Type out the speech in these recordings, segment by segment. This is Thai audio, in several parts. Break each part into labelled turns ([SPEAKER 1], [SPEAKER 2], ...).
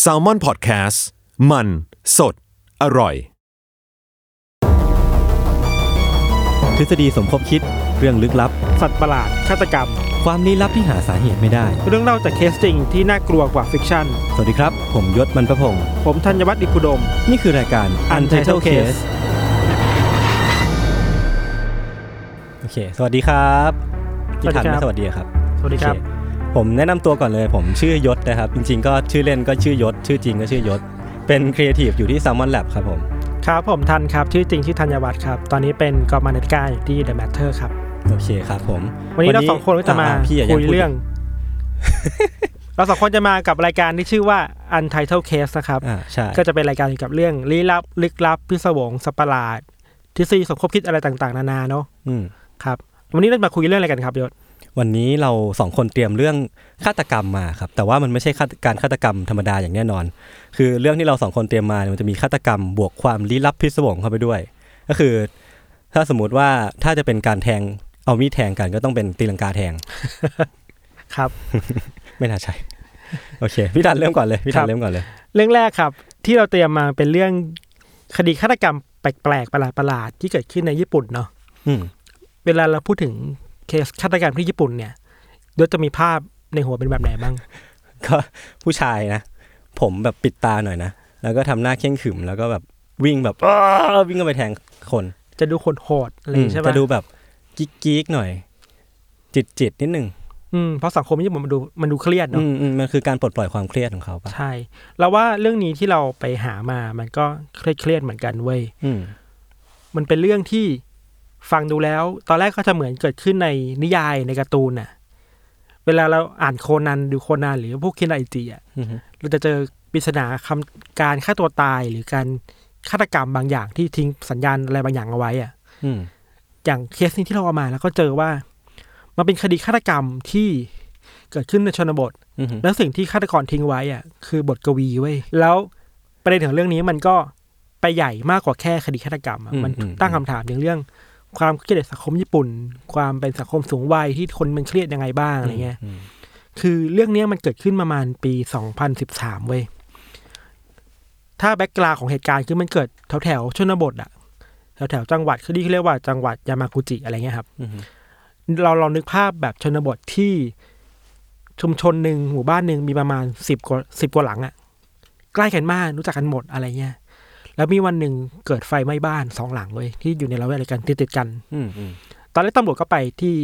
[SPEAKER 1] แซลมอนพอดแคสต์มันสดอร่อย
[SPEAKER 2] ทฤษฎีสมคบคิดเรื่องลึกลับ
[SPEAKER 3] สัตว์ประหลาด ฆาตกรรม
[SPEAKER 2] ความลี้ลับที่หาสาเหตุไม่ได้
[SPEAKER 3] เรื่องเล่าจากเคสจริงที่น่ากลัวกว่าฟิกชั่น
[SPEAKER 2] สวัสดีครับ ผมยศมันประพงศ์
[SPEAKER 3] ผมธัญวัฒน์อิพุดม
[SPEAKER 2] นี่คือรายการ Untitled Case โอเค สวัสดีครับ
[SPEAKER 3] ส
[SPEAKER 2] พี่
[SPEAKER 3] วัสดี
[SPEAKER 2] ทัน
[SPEAKER 3] ครับ
[SPEAKER 2] ไม่สวัสดีครับ
[SPEAKER 3] สวัสดีครับ
[SPEAKER 2] โอเผมแนะนำตัวก่อนเลย ผมชื่อยศนะครับ จริงๆ ก็ชื่อเล่นก็ชื่อยศ ชื่อจริงก็ชื่อยศ เป็นครีเอทีฟอยู่ที่ Salmon Lab ครับผม
[SPEAKER 3] ครับผมทันครับ ชื่อจริงชื่อธัญวัฒน์ครับ ตอนนี้เป็นกรรมาธิการอยู่ที่ The Matter ครับ
[SPEAKER 2] โอเคครับผม
[SPEAKER 3] วันนี้เราสองคนก็จะมา
[SPEAKER 2] พี่อย่า
[SPEAKER 3] คุย
[SPEAKER 2] พูด
[SPEAKER 3] เรื่อง เราสองคนจะมากับรายการที่ชื่อว่า Untitled Case นะครับ
[SPEAKER 2] อ่าใช่
[SPEAKER 3] ก็จะเป็นรายการเกี่ยวกับเรื่องลี้ลับ ลึกลับ พิศวงสัตว์ประหลาด ทฤษฎีสมคบคิดอะไรต่างๆ นานาเนาะ
[SPEAKER 2] อืม
[SPEAKER 3] ครับวันนี้เราจะมาคุยเรื่องอะไรกันครับยศ
[SPEAKER 2] วันนี้เราสองคนเตรียมเรื่องฆาตกรรมมาครับ แต่ว่ามันไม่ใช่ฆาตการฆาตกรรมธรรมดาอย่างแน่นอน คือเรื่องที่เราสองคนเตรียมมาเนี่ยมันจะมีฆาตกรรมบวกความลี้ลับพิศวงเข้าไปด้วย ก็คือ ถ้าสมมติว่าถ้าจะเป็นการแทงเอามีดแทงกันก็ต้องเป็นตีลังกาแทง
[SPEAKER 3] ครับ
[SPEAKER 2] ไม่น่าใช่โอเคพี่ดันเริ่มก่อนเลยพี่ดั
[SPEAKER 3] ครั
[SPEAKER 2] น
[SPEAKER 3] บ
[SPEAKER 2] เริ่มก่อนเลย
[SPEAKER 3] เรื่องแรกครับ ที่เราเตรียมมาเป็นเรื่องคดีฆาตกรรมแปลกๆประหลาดๆที่เกิดขึ้นในญี่ปุ่นเนาะ
[SPEAKER 2] อืม
[SPEAKER 3] เวลาเราพูดถึงเคสฆาตกรรมที่ญี่ปุ่นเนี่ยยศจะมีภาพในหัวเป็นแบบไหนบ้าง
[SPEAKER 2] ก็ผู้ชายนะ ผมแบบปิดตาหน่อยนะแล้วก็ทำหน้าเข่งขรึมแล้วก็แบบวิ่งแบบอ้าวิ่งเข้าไปแทงคน
[SPEAKER 3] จะดูคนโหดอะไรอ
[SPEAKER 2] อื
[SPEAKER 3] ย่า
[SPEAKER 2] ม
[SPEAKER 3] งงี้ใช่ไหม
[SPEAKER 2] จะดูแบบกิ๊กกิ๊กๆหน่อย จิตจิตๆนิดนึง
[SPEAKER 3] อืมเพราะสังคมญี่ปุ่นมันดูมันดูเครียด
[SPEAKER 2] อื
[SPEAKER 3] เนาะ
[SPEAKER 2] มอืมมันคือการปลดปล่อยความเครียดของเขาปะ
[SPEAKER 3] ใช่เราว่าเรื่องนี้ที่เราไปหามามันก็เครียดๆเหมือนกันเว้ย
[SPEAKER 2] อืม
[SPEAKER 3] มันเป็นเรื่องที่ฟังดูแล้ว ตอนแรกก็จะเหมือนเกิดขึ้นในนิยายในการ์ตูนน่ะ เวลาเราอ่านโคนันดูโคนันหรือพวกคินไอจีอะ
[SPEAKER 2] อืม
[SPEAKER 3] เราจะเจอปริศนาคำการฆ่าตัวตายหรือการฆาตกรรมบางอย่างที่ทิ้งสัญญาณอะไรบางอย่างเอาไว้อะ
[SPEAKER 2] อืม
[SPEAKER 3] อย่างเคสนี้ที่เราเอามาแล้วก็เจอว่า มันเป็นคดีฆาตกรรมที่เกิดขึ้นในชนบท
[SPEAKER 2] อืม
[SPEAKER 3] แล้วสิ่งที่ฆาตกรทิ้งไว้อ่ะคือบทกวีเว้ยแล้วประเด็นของเรื่องนี้มันก็ไปใหญ่มากกว่าแค่คดีฆาตกรรมอะมันตั้งคำถามอย่างเรื่อง ความเครียดในสังคมญี่ปุ่น ความเป็นสังคมสูงวัยที่คนมันเครียดยังไงบ้างอะไรเงี้ย คือเรื่องเนี้ยมันเกิดขึ้นประมาณปี 2013 เว้ย ถ้าแบ็กกราวของเหตุการณ์คือมันเกิดแถวแถวๆชนบทอะแถวแถวๆจังหวัดคือที่เขาเรียกว่าจังหวัดยามากุจิอะไรเงี้ยครับ
[SPEAKER 2] อืม
[SPEAKER 3] เราลองนึกภาพแบบชนบทที่ชุมชนหนึ่งหมู่บ้านหนึ่งมีประมาณสิบกว่าสิบกว่าหลังอะใกล้กันมากรู้จักกันหมดอะไรเงี้ย แล้วมีวันหนึ่งเกิดไฟไหม้บ้านสองหลังเว้ยที่อยู่ในละแวกเดียวกันติดติดๆกัน
[SPEAKER 2] อืมอืม
[SPEAKER 3] ตอนแรกตำรวจก็ไปที่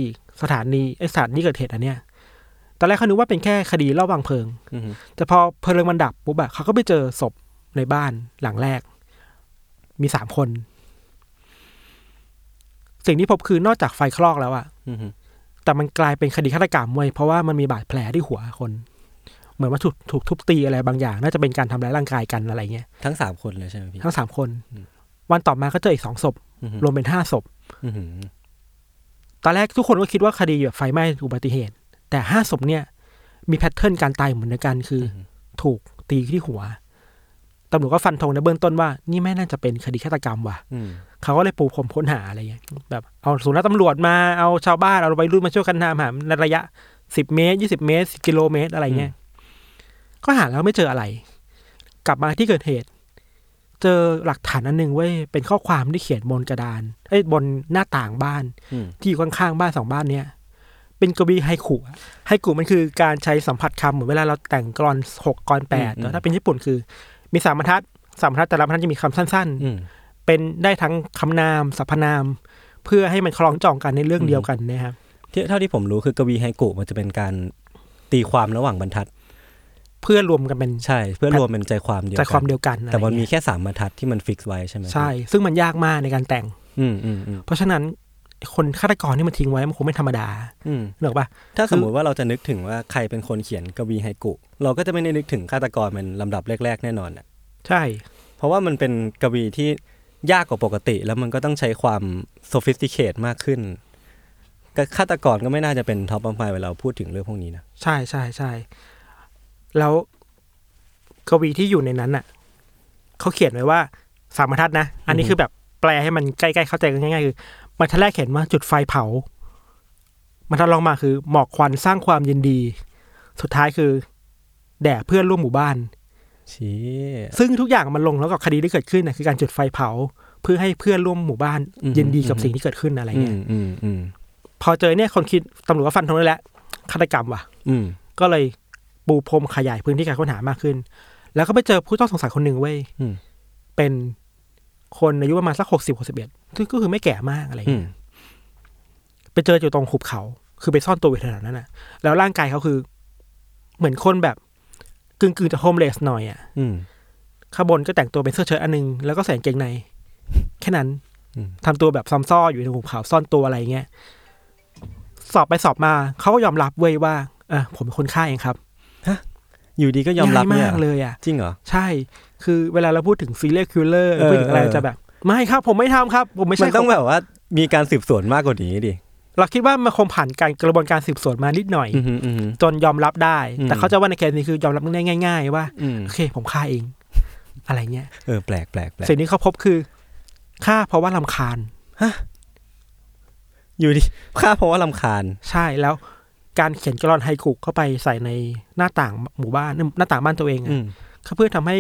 [SPEAKER 3] สถานีไอยสถานที่เกิดเหตุอันเนี้ย ตอนแรกเขานึกว่าเป็นแค่คดีรอบวางเพลิง
[SPEAKER 2] อืม
[SPEAKER 3] แต่พอเพลิงมันดับปุ๊บอะเขาก็ไปเจอศพในบ้านหลังแรก มีสามคน สิ่งที่พบคือนอกจากไฟคลอกแล้วอะ
[SPEAKER 2] อืม
[SPEAKER 3] แต่มันกลายเป็นคดีฆาตกรรมเว้ยเพราะว่ามันมีบาดแผลที่หัวคน เหมือนว่าถูกถูกทุบตีอะไรบางอย่าง น่าจะเป็นการทำร้ายร่างกายกันอะไรเงี้ย
[SPEAKER 2] ทั้งสามคนเลยใช่ไหมพี่
[SPEAKER 3] ทั้งสามคน วันต่อมาก็เจออีกสองศพ
[SPEAKER 2] อืม
[SPEAKER 3] รวมเป็นห้าศพ
[SPEAKER 2] อืม
[SPEAKER 3] ตอนแรกทุกคนก็คิดว่าคดีแบบไฟไหม้อุบัติเหตุ แต่ห้าศพเนี่ย มีแพทเทิร์นการตายเหมือนกันคืออถูกตีที่หัวตำรวจก็ฟันธงในเบื้องต้นว่า นี่ไม่น่าจะเป็นคดีฆาตกรรมว่ะ
[SPEAKER 2] อืม
[SPEAKER 3] เขาก็เลยปูพรมค้นหาอะไรอย่างเงี้ยแบบเอาสุนัขตำรวจมาเอาชาวบ้านเอาวัยรุ่นมาช่วยกันตามหาในระยะสิบเมตรยี่สิบเมตรสิบกิโลเมตรอะไรเงี้ยก็หาแล้วไม่เจออะไร กลับมาที่เกิดเหตุ เจอหลักฐานอันหนึ่งเว้ยเป็นข้อความที่เขียนบนกระดานเอ้ยบนหน้าต่างบ้าน
[SPEAKER 2] อืม
[SPEAKER 3] ที่อยู่ข้างๆบ้านสองบ้านเนี้ย เป็นกวีไฮคุอะไฮคุมันคือการใช้สัมผัสคำเหมือนเวลาเราแต่งกรอนหกกรอนแปด
[SPEAKER 2] อืม
[SPEAKER 3] แต่ถ้าเป็นญี่ปุ่นคือ มีสามบรรทัดสามบรรทัดแต่ละบรรทัดจะมีคำสั้น
[SPEAKER 2] อืม
[SPEAKER 3] ๆ เป็นได้ทั้งคำนามสรรพนาม เพื่อให้มันคล้องจองกันในเรื่อง
[SPEAKER 2] อืม
[SPEAKER 3] เดียวกันนะครับ
[SPEAKER 2] ที่เท่าที่ผมรู้คือกวีไฮกุมันจะเป็นการตีความระหว่างบรรทัด
[SPEAKER 3] เพื่อรวมกันเป็น
[SPEAKER 2] ใช่ เพื่อรวมเป็นใจความเดียว
[SPEAKER 3] ใจ
[SPEAKER 2] กัน
[SPEAKER 3] ความเดียวกัน
[SPEAKER 2] แต่มัน
[SPEAKER 3] อะไร
[SPEAKER 2] มี
[SPEAKER 3] เงี้ย
[SPEAKER 2] แค่สามบรรทัดที่มันฟิกไว้ใช่ไหม
[SPEAKER 3] ใช่ ซึ่งมันยากมากในการแต่ง
[SPEAKER 2] อืมอืมอืม
[SPEAKER 3] เพราะฉะนั้นคนฆาตกรที่มันทิ้งไว้มันคงไม่ธรรมดา
[SPEAKER 2] อืม
[SPEAKER 3] เหนกออกปะ
[SPEAKER 2] ถ้าสมมุติว่าเราจะนึกถึงว่าใครเป็นคนเขียนกวีไฮกุ เราก็จะไม่ได้นึกถึงฆาตกรเป็นลำดับแรก ๆ แน่นอนอะ
[SPEAKER 3] ใช่
[SPEAKER 2] เพราะว่ามันเป็นกวีที่ยากกว่าปกติ แล้วมันก็ต้องใช้ความ sophisticated มากขึ้นก็ฆาตกรก็ไม่น่าจะเป็นท็อปออฟไฟเวลาเราพูดถึงเรื่องพวกนี้นะ
[SPEAKER 3] ใช่ใช่ใช่แล้วกวีที่อยู่ในนั้นน่ะเขาเขียนไว้ว่าสามบรรทัดนะ อันนี้คือแบบแปลให้มันใกล้ๆเข้าใจกันง่ายๆคือบรรทัดแรกเขียนว่าจุดไฟเผาบรรทัดรองมาคือ หมอกควันสร้างความยินดี สุดท้ายคือ แด่เพื่อนร่วมหมู่บ้าน
[SPEAKER 2] ชี้
[SPEAKER 3] ซึ่งทุกอย่างมันลงแล้วกับคดีที่เกิดขึ้นนะคือการจุดไฟเผา เพื่อให้เพื่อนร่วมหมู่บ้าน ยินดีกับสิ่งที่เกิดขึ้นอะไร
[SPEAKER 2] อื
[SPEAKER 3] เงี้ย
[SPEAKER 2] มอืมอืม
[SPEAKER 3] พอเจอเนี่ยคนคิดตำรวจก็ฟันธงได้แล้วฆาตกรรมว่ะ
[SPEAKER 2] อืม
[SPEAKER 3] ก็เลยปูพรมขยายพื้นที่การค้นหามากขึ้น แล้วก็ไปเจอผู้ต้องสงสัยคนหนึ่งเว้ย
[SPEAKER 2] อืม
[SPEAKER 3] เป็นคนอายุประมาณสักหกสิบหกสิบเอ็ดซึ่งก็คือไม่แก่มากอะไร
[SPEAKER 2] อื
[SPEAKER 3] เงี้
[SPEAKER 2] ม
[SPEAKER 3] ยไปเจออยู่ตรงหุบเขา คือไปซ่อนตัวอยู่แถวๆนั้นน่ะ แล้วร่างกายเขาคือ เหมือนคนแบบกึ่งๆจะโฮมเลสหน่อยอ่ะ
[SPEAKER 2] อืม
[SPEAKER 3] ข้างบนก็แต่งตัวเป็นเสื้อเชิ้ตอันหนึง แล้วก็ใส่กางเกงใน แค่นั้น
[SPEAKER 2] อืม
[SPEAKER 3] ทำตัวแบบซ้ำซ้ออยู่ในหุบเขาซ่อนตัวอะไรเงี้ย สอบไปสอบมา เขาก็ยอมรับเว้ยว่าเออผมเป็นคนฆ่าเองครับ
[SPEAKER 2] อยู่ดีก็ยอมรับเนี่
[SPEAKER 3] ง่าย มากเลยอ่ะ
[SPEAKER 2] จริงเหรอ
[SPEAKER 3] ใช่ คือเวลาเราพูดถึงซีเรียลคิลเลอร์
[SPEAKER 2] เออ
[SPEAKER 3] พูดถึงอะไร
[SPEAKER 2] เออ
[SPEAKER 3] จะแบบ ไม่ครับ ผมไม่ทำครับ ผมไม่
[SPEAKER 2] มั
[SPEAKER 3] ใช่
[SPEAKER 2] นต้อง
[SPEAKER 3] คน
[SPEAKER 2] แบบว่ามีการสืบสวนมากกว่านี้ดิ
[SPEAKER 3] เราคิดว่ามันคงผ่านการกระบวนการสืบสวนมานิดหน่อย
[SPEAKER 2] อืมอืมอืม
[SPEAKER 3] จนยอมรับได้
[SPEAKER 2] อืม
[SPEAKER 3] แต่เขาใจะว่าในเคสนี้คือยอมรับได้ง่าย ๆ ว่า
[SPEAKER 2] อืม
[SPEAKER 3] โอเค ผมฆ่าเอง อะไรเงี้ย
[SPEAKER 2] เออแปลกแปลกแปลก
[SPEAKER 3] สิ่งที่เขาพบคือฆ่าเพราะว่าลำคาญ
[SPEAKER 2] อยู่ดีฆ่าเพราะว่าลำคาญ
[SPEAKER 3] ใช่แล้ว การเขียนกลอนไฮกุเข้าไปใส่ในหน้าต่างหมู่บ้านหน้าต่างบ้านตัวเองอะ
[SPEAKER 2] อืม
[SPEAKER 3] เพื่อทำให้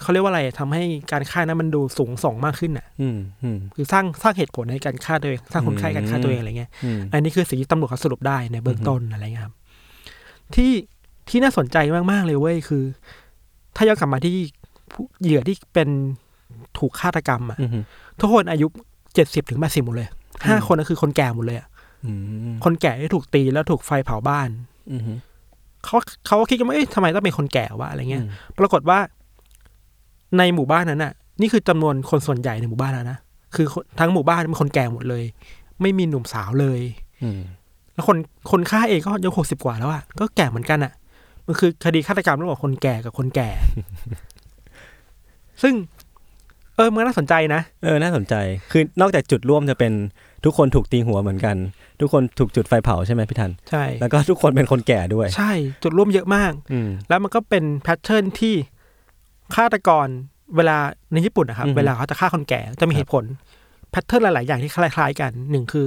[SPEAKER 3] เขาเรียกว่าอะไรทำให้การฆ่านั้นมันดูสูงส่งมากขึ้นอ่ะ
[SPEAKER 2] อืมอืม
[SPEAKER 3] คือสร้างสร้างเหตุผลในการฆ่าตัวเองสร้างคุณค่าในการฆ่าตัวเองอะไรเงี้ย
[SPEAKER 2] อืม
[SPEAKER 3] อันนี้คือสิ่งที่ตำรวจเขาสรุปได้ในเบื้องต้นอะไรเงี้ยครับที่ที่น่าสนใจมาก ๆ เลยเว้ยคือ ถ้าย้อนกลับมาที่ผู้เหยื่อที่เป็นถูกฆาตกรรมอะ
[SPEAKER 2] อืมอืม
[SPEAKER 3] ทุกคนอายุเจ็ดสิบถึงแปดสิบหมดเลยห้า
[SPEAKER 2] อืม
[SPEAKER 3] คนก็คือคนแก่หมดเลยอะ
[SPEAKER 2] อืม
[SPEAKER 3] คนแก่ที่ถูกตีแล้วถูกไฟเผาบ้าน
[SPEAKER 2] อืม
[SPEAKER 3] เขาเขาก็คิดกันว่าเอ๊ะทำไมต้องเป็นคนแก่วะอะไรเงี้ย ปรากฏว่า ในหมู่บ้านนั้นน่ะ นี่คือจำนวนคนส่วนใหญ่ในหมู่บ้านแล้วนะคือคนทั้งหมู่บ้านเป็นคนแก่หมดเลย ไม่มีหนุ่มสาวเลย
[SPEAKER 2] อืม
[SPEAKER 3] แล้วคนคนฆ่าเองก็อายุหกสิบกว่าแล้วอะก็แก่เหมือนกันอะมันคือคดีฆาตกรรมระหว่างคนแก่กับคนแก่ ซึ่ง เออมันน่าสนใจนะ
[SPEAKER 2] เออ น่าสนใจ คือนอกจากจุดร่วมจะเป็นทุกคนถูกตีหัวเหมือนกัน ทุกคนถูกจุดไฟเผาใช่ไหมพี่ทัน
[SPEAKER 3] ใช่
[SPEAKER 2] แล้วก็ทุกคนเป็นคนแก่ด้วย
[SPEAKER 3] ใช่ จุดร่วมเยอะมาก
[SPEAKER 2] อืม
[SPEAKER 3] แล้วมันก็เป็นแพทเทิร์นที่ฆาตกรเวลาในญี่ปุ่นนะครับ
[SPEAKER 2] อือฮึ
[SPEAKER 3] เวลาเขาจะฆ่าคนแก่จะมีเหตุผลแพทเทิร์นหลาย ๆ อย่างที่คล้าย ๆ กันหนึ่งคือ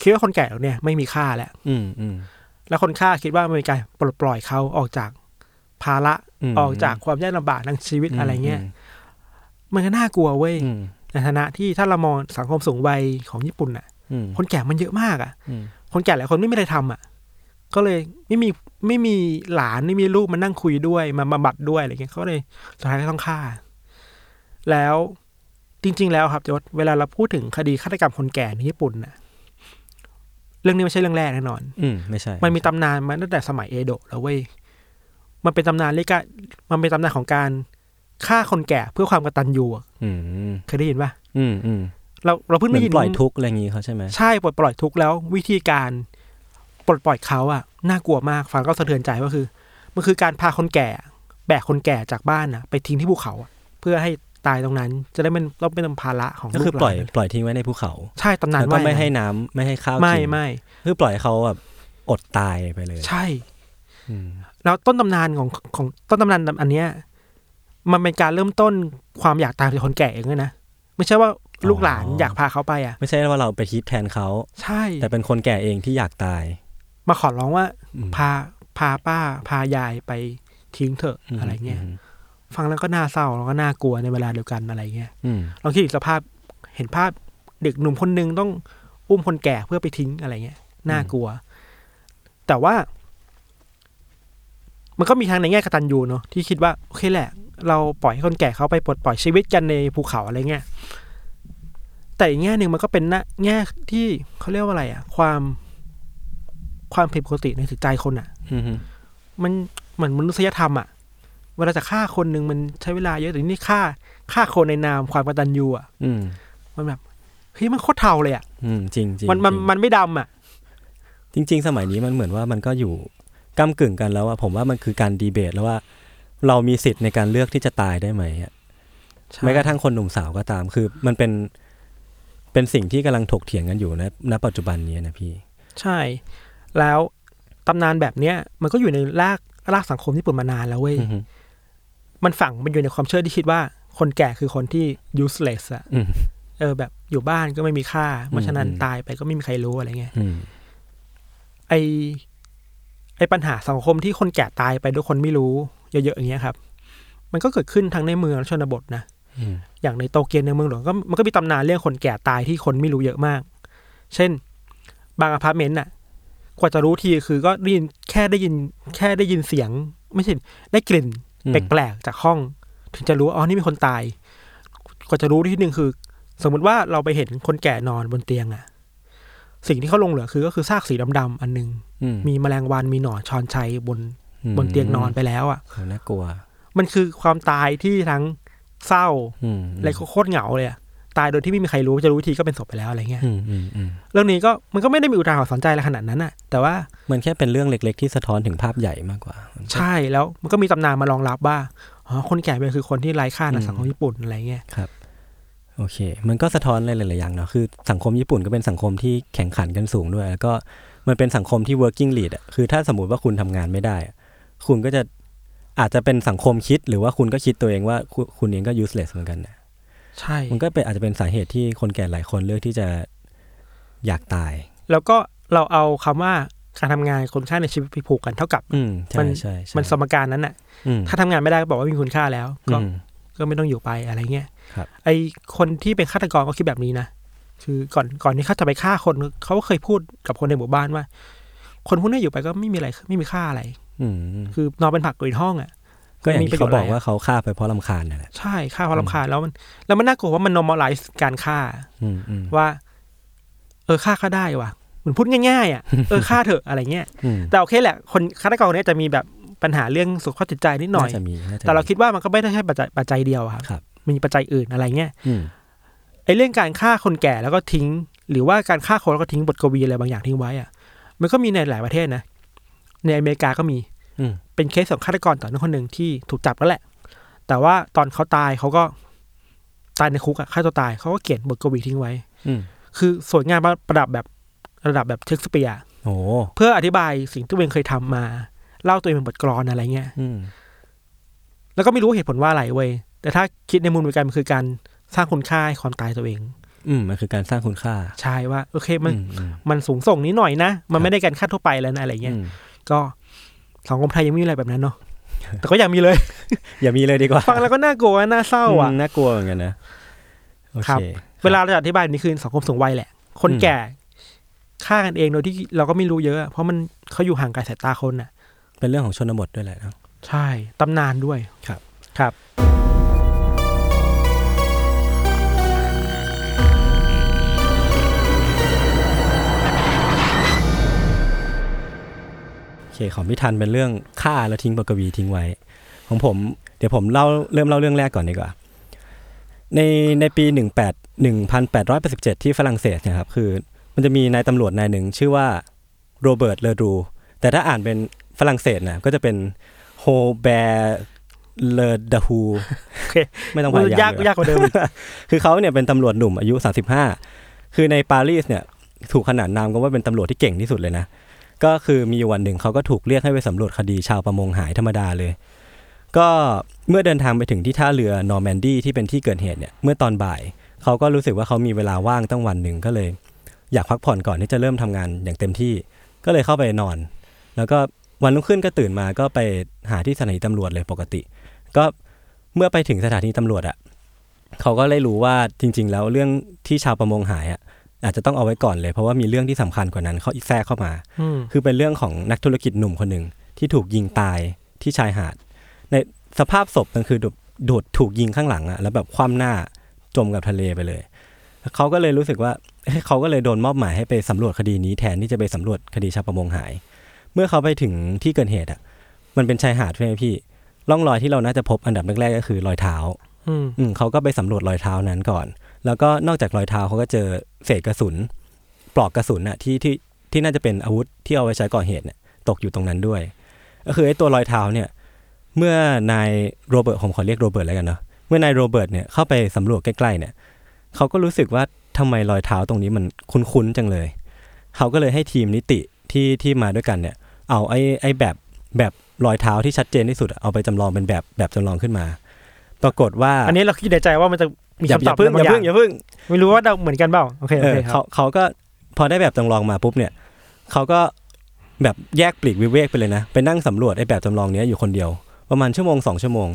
[SPEAKER 3] คิดว่าคนแก่เหล่าเนี่ยไม่มีค่าแล้ว
[SPEAKER 2] อืมอืม
[SPEAKER 3] แล้วคนฆ่าคิดว่ามันเป็นการปลดปล่อยเขาออกจากภาระ
[SPEAKER 2] อืม
[SPEAKER 3] ออกจากความยากลำบากทางชีวิตอะไรเงี้ย มันก็น่ากลัวเว้ย
[SPEAKER 2] อืม
[SPEAKER 3] ในฐานะที่ถ้าเรามองสังคมสูงวัยของญี่ปุ่นน่ะ
[SPEAKER 2] อืม
[SPEAKER 3] คนแก่มันเยอะมากอ่ะ
[SPEAKER 2] อืม
[SPEAKER 3] คนแก่หลายคนไม่มีอะไรทำอ่ะ ก็เลยไม่มีไม่มีหลานไม่มีลูกมานั่งคุยด้วยมาบำบัดด้วยอะไรเงี้ยเขาเลยสุดท้ายก็ต้องฆ่า แล้วจริง ๆ แล้วครับยศเวลาเราพูดถึงคดีฆาตกรรมคนแก่ในญี่ปุ่นน่ะ เรื่องนี้ไม่ใช่เรื่องแรกแน่นอน
[SPEAKER 2] อืมไม่ใช่
[SPEAKER 3] มันมีตำนานมาตั้งแต่สมัยเอโดะแล้วเว้ย มันเป็นตำนานเรียกว่ามันเป็นตำนานของการฆ่าคนแก่เพื่อความกตัญญูอะ
[SPEAKER 2] อืม
[SPEAKER 3] เคยได้ยินปะ
[SPEAKER 2] อืมอืม
[SPEAKER 3] เราเราเพิ่ง
[SPEAKER 2] เหมือ
[SPEAKER 3] ได้
[SPEAKER 2] น
[SPEAKER 3] ยิน
[SPEAKER 2] ปล่อยทุกข์อะไรอย่างงี้เขาใช่ไหม
[SPEAKER 3] ใช่ปลดปล่อยทุกข์แล้ววิธีการปลดปล่อยเขาอะน่ากลัวมากฟังก็สะเทือนใจก็คือมันคือการพาคนแก่แบกคนแก่จากบ้านอะไปทิ้งที่ภูเขาอะเพื่อให้ตายตรงนั้น จะได้ไมันต้องเป็นภาระของ
[SPEAKER 2] ก็คือ
[SPEAKER 3] ลู
[SPEAKER 2] ป
[SPEAKER 3] หาน
[SPEAKER 2] ล่อยปล่อยทิ้งไว้ในภูเขา
[SPEAKER 3] ใช่ตำนาน
[SPEAKER 2] แล้วก็
[SPEAKER 3] ว่า
[SPEAKER 2] ไม่ให้
[SPEAKER 3] อย่างนั้น
[SPEAKER 2] น้ำไม่ให้ข้าว
[SPEAKER 3] ไม่
[SPEAKER 2] กิน
[SPEAKER 3] ไม่
[SPEAKER 2] คือปล่อยให้เขาแบบอดตายไปเลย
[SPEAKER 3] ใช่
[SPEAKER 2] อืม
[SPEAKER 3] แล้วต้นตำนานของของต้นตำนานอันเนี้ยมันเป็นการเริ่มต้นความอยากตายของคนแก่เองด้วยนะไม่ใช่ว่าลูกหลาน
[SPEAKER 2] อ๋ออ
[SPEAKER 3] อยากพาเขาไปอ่ะ
[SPEAKER 2] ไม่ใช่ว่าเราไปคิดแทนเขา
[SPEAKER 3] ใช่
[SPEAKER 2] แต่เป็นคนแก่เองที่อยากตาย
[SPEAKER 3] มาขอร้องว่า
[SPEAKER 2] อืม
[SPEAKER 3] พาพาป้า พายายไปทิ้งเถอะอะไรเงี้ย ฟังแล้วก็น่าเศร้าแล้วก็น่ากลัวในเวลาเดียวกันอะไรเงี้ย
[SPEAKER 2] อืม
[SPEAKER 3] ลองคิดถึงสภาพเห็นภาพเด็กหนุ่มคนหนึงต้องอุ้มคนแก่เพื่อไปทิ้งอะไรเงี้ยน่ากลัว แต่ว่า มันก็มีทางในแง่กตัญญูเนาะที่คิดว่าโอเคแหละ เราปล่อยให้คนแก่เขาไปปลดปล่อยชีวิตกันในภูเขาอะไรเงี้ยแต่อีกแง่หนึ่งมันก็เป็นนะแง่ที่เขาเรียกว่าอะไรอะความความผิดปกติในจิตใจคนอะ
[SPEAKER 2] อือฮึ
[SPEAKER 3] มันเหมือนมนุษยธรรมอะเวลาจะฆ่าคนหนึ่งมันใช้เวลาเยอะแต่นี่ฆ่าฆ่าคนในนามความกตัญญูอะ
[SPEAKER 2] อืม
[SPEAKER 3] มันแบบเฮ้ยมันโคตรเทาเลยอะ
[SPEAKER 2] อืมจริงจริง
[SPEAKER 3] มันมัน
[SPEAKER 2] จริง
[SPEAKER 3] มันไม่ดำอะ
[SPEAKER 2] จริง ๆ สมัยนี้มันเหมือนว่ามันก็อยู่ก้ากึ่งกันแล้วอะผมว่ามันคือการดีเบตแล้วว่า เรามีสิทธิ์ในการเลือกที่จะตายได้ไหมอะแม้กระทั่งคนหนุ่มสาวก็ตาม คือมันเป็นเป็นสิ่งที่กำลังถกเถียงกันอยู่นะณปัจจุบันนี้นะพี่
[SPEAKER 3] ใช่ แล้วตำนานแบบเนี้ย มันก็อยู่ในรากรากสังคมญี่ปุ่นมานานแล้วเว้ย
[SPEAKER 2] อือฮึ
[SPEAKER 3] มันฝังมันอยู่ในความเชื่อที่คิดว่า คนแก่คือคนที่ useless อะ
[SPEAKER 2] อืม
[SPEAKER 3] เออแบบอยู่บ้านก็ไม่มีค่า เพราะฉะนั้น
[SPEAKER 2] อืม
[SPEAKER 3] ตายไปก็ไม่มีใครรู้อะไรเงี้ย
[SPEAKER 2] อืม
[SPEAKER 3] ไอไอปัญหาสังคมที่คนแก่ตายไปด้วยคนไม่รู้เยอะๆอย่างเงี้ยครับ มันก็เกิดขึ้นทั้งในเมืองและชนบทนะ
[SPEAKER 2] อืม
[SPEAKER 3] อย่างในโตเกียวในเมืองหลวงก็มันก็มีตำนานเรื่องคนแก่ตายที่คนไม่รู้เยอะมาก เช่น บางอพาร์ตเมนต์น่ะ กว่าจะรู้ทีคือก็ได้ยินแค่ได้ยินแค่ได้ยินเสียง ไม่ใช่ได้กลิ่นแปลกๆจากห้อง ถึงจะรู้ว่าอ๋อนี่มีคนตาย กว่าจะรู้ที่หนึ่งคือ สมมติว่าเราไปเห็นคนแก่นอนบนเตียงอะสิ่งที่เขาลงเหลือคือก็คือซากสีดำๆอันหนึง
[SPEAKER 2] อื
[SPEAKER 3] มีแมลงวันมีหนอนชอนชัยบน
[SPEAKER 2] อืม
[SPEAKER 3] บนเตียงนอนไปแล้วอะ่ะ
[SPEAKER 2] โหน่ากลัว
[SPEAKER 3] มันคือความตายที่ทั้งเศร้า
[SPEAKER 2] อืม
[SPEAKER 3] และก็โคตรเหงาเลยอะตายโดยที่ไม่มีใครรู้จะรู้ทีก็เป็นศพไปแล้วอะไรเงี้ย
[SPEAKER 2] อืมอืมอืม
[SPEAKER 3] เรื่องนี้ก็มันก็ไม่ได้มีอุทาหรณ์สอนใจอะไรขนาดนั้นอ่ะ แต่ว่า
[SPEAKER 2] มันแค่เป็นเรื่องเล็ก ๆ ที่สะท้อนถึงภาพใหญ่มากกว่า
[SPEAKER 3] ใช่แล้วมันก็มีตำนานมารองรับว่าอ๋อคนแก่เป็นคือคนที่ไร้ค่าใน
[SPEAKER 2] อืม
[SPEAKER 3] สังคมญี่ปุ่นอะไรเงี้ย
[SPEAKER 2] โอเค มันก็สะท้อนอะไรหลายๆอย่างเนาะ คือสังคมญี่ปุ่นก็เป็นสังคมที่แข่งขันกันสูงด้วย แล้วก็มันเป็นสังคมที่ working lead อะคือถ้าสมมติว่าคุณทำงานไม่ได้อะคุณก็จะอาจจะเป็นสังคมคิด หรือว่าคุณก็คิดตัวเองว่าคุณคุณเองก็ useless เหมือนกันนะ
[SPEAKER 3] ใช่
[SPEAKER 2] มันก็เป็นอาจจะเป็นสาเหตุที่คนแก่หลายคนเลือกที่จะอยากตาย
[SPEAKER 3] แล้วก็เราเอาคำว่าการทำงานคนค่าในชีวิตไปผูกกันเท่ากับ
[SPEAKER 2] อืม ใช่
[SPEAKER 3] มัน
[SPEAKER 2] ใช่ใช่
[SPEAKER 3] มันสมการนั้นอ่ะ
[SPEAKER 2] อืม
[SPEAKER 3] ถ้าทำงานไม่ได้ก็บอกว่าไมมีคุณค่าแล้วก็
[SPEAKER 2] อืม
[SPEAKER 3] ก็ไม่ต้องอยู่ไปอะไรเงี้ย
[SPEAKER 2] ครับ
[SPEAKER 3] ไอคนที่เป็นฆาตกรก็คิดแบบนี้นะ คือก่อนก่อนที่เขาจะไปฆ่าคนเขาก็เคยพูดกับคนในหมู่บ้านว่า คนพวกนี้อยู่ไปก็ไม่มีอะไรไม่มีค่าอะไร
[SPEAKER 2] อืม
[SPEAKER 3] คือนอนเป็นผักอยู่ในห้องอ่ะ
[SPEAKER 2] ก็อย่าง
[SPEAKER 3] มีป
[SPEAKER 2] ที่
[SPEAKER 3] ระโยช
[SPEAKER 2] เขา
[SPEAKER 3] น์
[SPEAKER 2] บอก
[SPEAKER 3] อะไรอะ
[SPEAKER 2] ว่าเขาฆ่าไปเพราะลำคาญนั่นแหละ
[SPEAKER 3] ใช่ฆ่าเพราะรำคาญแล้วมันแล้วมันน่ากลัวว่ามัน normalize การฆ่า
[SPEAKER 2] อืมอืม
[SPEAKER 3] ว่า เออฆ่าก็ได้ว่ะเหมือนพูดง่ายๆอ่ะเออฆ่าเถอะอะไรเงี้ย
[SPEAKER 2] อืม
[SPEAKER 3] แต่โอเคแหละ คนฆาตกรเนี้ยจะมีแบบปัญหาเรื่องสุขภาพจิตใจนิดหน่อย
[SPEAKER 2] าจะมีน่จะ
[SPEAKER 3] แต่เรา
[SPEAKER 2] มี
[SPEAKER 3] คิดว่ามันก็ไม่ได้ใช่ปัจจัยปัจจัยเดียวอะครับ
[SPEAKER 2] ครับ
[SPEAKER 3] มีปัจจัยอื่นอะไรเงี้ย
[SPEAKER 2] อืม
[SPEAKER 3] ไอ้เรื่องการฆ่าคนแก่แล้วก็ทิ้ง หรือว่าการฆ่าคนแล้วก็ทิ้งบทกวีอะไรบางอย่างทิ้งไว้อะมันก็มีในหลายประเทศนะ ในอเมริกาก็มี
[SPEAKER 2] อืม
[SPEAKER 3] เป็นเคสของฆาตกรต่อเนื่องคนหนึ่งที่ถูกจับแล้วแหละ แต่ว่าตอนเขาตายเขาก็ตายในคุกอะฆ่าตัวตายเขาก็เขียนบทกวีทิ้งไว้
[SPEAKER 2] อืม
[SPEAKER 3] คือสวยงามประดับแบบระดับแบบเชคสเปียร์
[SPEAKER 2] โอ้
[SPEAKER 3] เพื่ออธิบายสิ่งที่ตัวเองเคยทำมา เล่าตัวเองเป็นบทกลอนอะไรเงี้ย
[SPEAKER 2] อืม
[SPEAKER 3] แล้วก็ไม่รู้เหตุผลว่าอะไรเว้ย แต่ถ้าคิดในมุมเดียวกันมันคือการสร้างคุณค่าให้ความตายตัวเอง
[SPEAKER 2] อืมมันคือการสร้างคุณค่า
[SPEAKER 3] ใช่ว่าโอเคมัน
[SPEAKER 2] อือืม
[SPEAKER 3] มันสูงส่งนิดหน่อยนะ
[SPEAKER 2] ค
[SPEAKER 3] มั
[SPEAKER 2] รั
[SPEAKER 3] น
[SPEAKER 2] บ
[SPEAKER 3] ไม่ได้การค่าทั่วไปแล้วนะอะไรเงี้ย
[SPEAKER 2] อืม
[SPEAKER 3] ก็สังคมไทยยังไม่มีอะไรแบบ นั้นเนาะ แต่ก็อยากมีเลย
[SPEAKER 2] อย่ามีเลยดีกว่า
[SPEAKER 3] ฟังแล้วก็น่ากลัวน่าเศร้าอ่ะ
[SPEAKER 2] มน่ากลัวเหมือนกันนะโอ
[SPEAKER 3] ครั
[SPEAKER 2] เค
[SPEAKER 3] บ เวลาเราจะอธิบายแบบนี้คือสังคมสูงวัยแหละ คน
[SPEAKER 2] อืม
[SPEAKER 3] แก่ฆ่ากันเองโดยที่เราก็ไม่รู้เยอะอะเพราะมันเขาอยู่ห่างไกลสายตาคนน่ะ
[SPEAKER 2] เป็นเรื่องของชนบทด้วยแหละเนอะ
[SPEAKER 3] ใช่ตำนานด้วย
[SPEAKER 2] ครับ
[SPEAKER 3] ครับ
[SPEAKER 2] โอเคของพี่ทันเป็นเรื่องฆ่าแล้วทิ้งบทกวีทิ้งไว้ ของผมเดี๋ยวผมเล่าเริ่มเล่าเรื่องแรกก่อนดีกว่า ในในปี 18 1887 ที่ฝรั่งเศสเนยครับคือ มันจะมีนายตำรวจนายหนึ่งชื่อว่าโรเบิร์ตเลอดูแต่ถ้าอ่านเป็นฝรั่งเศสนะก็จะเป็นโฮแบร์เลอดาฮู
[SPEAKER 3] เค
[SPEAKER 2] ไม่ต้องพยายาม
[SPEAKER 3] ยาก
[SPEAKER 2] เล
[SPEAKER 3] ยากกว่าเดิมอีก
[SPEAKER 2] คือ เขาเนี่ยเป็นตำรวจหนุ่มอายุ 35 คือในปารีสเนี่ยถูกขนานนามกันว่าเป็นตำรวจที่เก่งที่สุดเลยนะ ก็คือมีอยู่วันหนึ่งเขาก็ถูกเรียกให้ไปสำรวจคดีชาวประมงหายธรรมดาเลย ก็เมื่อเดินทางไปถึงที่ท่าเรือนอร์แมนดีที่เป็นที่เกิดเหตุเนี่ยเมื่อตอนบ่าย เขาก็รู้สึกว่าเขามีเวลาว่างตั้งวันหนึ่งก็เลย อยากพักผ่อนก่อนที่จะเริ่มทำงานอย่างเต็มที่ ก็เลยเข้าไปนอน แล้วก็วันรุ่งขึ้นก็ตื่นมาก็ไปหาที่สถานีตำรวจเลยปกติ ก็เมื่อไปถึงสถานีตำรวจอะ เขาก็เลยรู้ว่าจริง ๆ แล้วเรื่องที่ชาวประมงหายอะ อาจจะต้องเอาไว้ก่อนเลย เพราะว่ามีเรื่องที่สำคัญกว่านั้นเขาอีกแทรกเข้ามา
[SPEAKER 3] อืม
[SPEAKER 2] คือเป็นเรื่องของนักธุรกิจหนุ่มคนหนึ่งที่ถูกยิงตายที่ชายหาด ในสภาพศพมันคือดูโดดถูกยิงข้างหลังอะแล้วแบบคว่ำหน้าจมกับทะเลไปเลยแล้วเขาก็เลยรู้สึกว่าเฮ้ยเขาก็เลยโดนมอบหมายให้ไปสำรวจคดีนี้แทนที่จะไปสำรวจคดีชาวประมงหาย เมื่อเขาไปถึงที่เกิดเหตุอะมันเป็นชายหาดใช่ไหมพี่ร่องรอยที่เราน่าจะพบอันดับแรกๆก็คือรอยเท้า
[SPEAKER 3] อืม
[SPEAKER 2] อืมเขาก็ไปสำรวจรอยเท้านั้นก่อน แล้วก็นอกจากรอยเท้าเขาก็เจอเศษกระสุน ปลอกกระสุนน่ะที่ที่ที่น่าจะเป็นอาวุธที่เอาไว้ใช้ก่อเหตุเนี่ยตกอยู่ตรงนั้นด้วย ก็คือไอ้ตัวรอยเท้าเนี่ย เมื่อนายโรเบิร์ตผมขอเรียกโรเบิร์ตแล้วกันเนาะเมื่อนายโรเบิร์ตเนี่ยเข้าไปสำรวจใกล้ๆเนี่ยเขาก็รู้สึกว่าทำไมรอยเท้าตรงนี้มันคุ้นๆจังเลยเขาก็เลยให้ทีมนิติที่ที่มาด้วยกันเนี่ย เอาไอ้ไอ้แบบแบบรอยเท้าที่ชัดเจนที่สุดอะเอาไปจำลองเป็นแบบแบบจำลองขึ้นมา ปรากฏว่า
[SPEAKER 3] อันนี้เราคิดในใจว่ามันจะมี
[SPEAKER 2] อย่า
[SPEAKER 3] คำตอบ
[SPEAKER 2] เพิ่ง
[SPEAKER 3] อะไร
[SPEAKER 2] อย่า
[SPEAKER 3] บา
[SPEAKER 2] เพิ่ง
[SPEAKER 3] ง
[SPEAKER 2] อ
[SPEAKER 3] อย่าง
[SPEAKER 2] ย่าเพิ่ง
[SPEAKER 3] ไม่รู้ว่าเราเหมือนกันเปล่าโอเค
[SPEAKER 2] เอ
[SPEAKER 3] โอ
[SPEAKER 2] อ
[SPEAKER 3] เคครั
[SPEAKER 2] เขา
[SPEAKER 3] บ
[SPEAKER 2] เขาก็พอได้แบบจำลองมาปุ๊บเนี่ยเขาก็แบบแยกปลีกวิเวกไปเลยนะ ไปนั่งสำรวจไอ้แบบจำลองเนี้ยอยู่คนเดียว ประมาณชั่วโมงสองชั่วโมง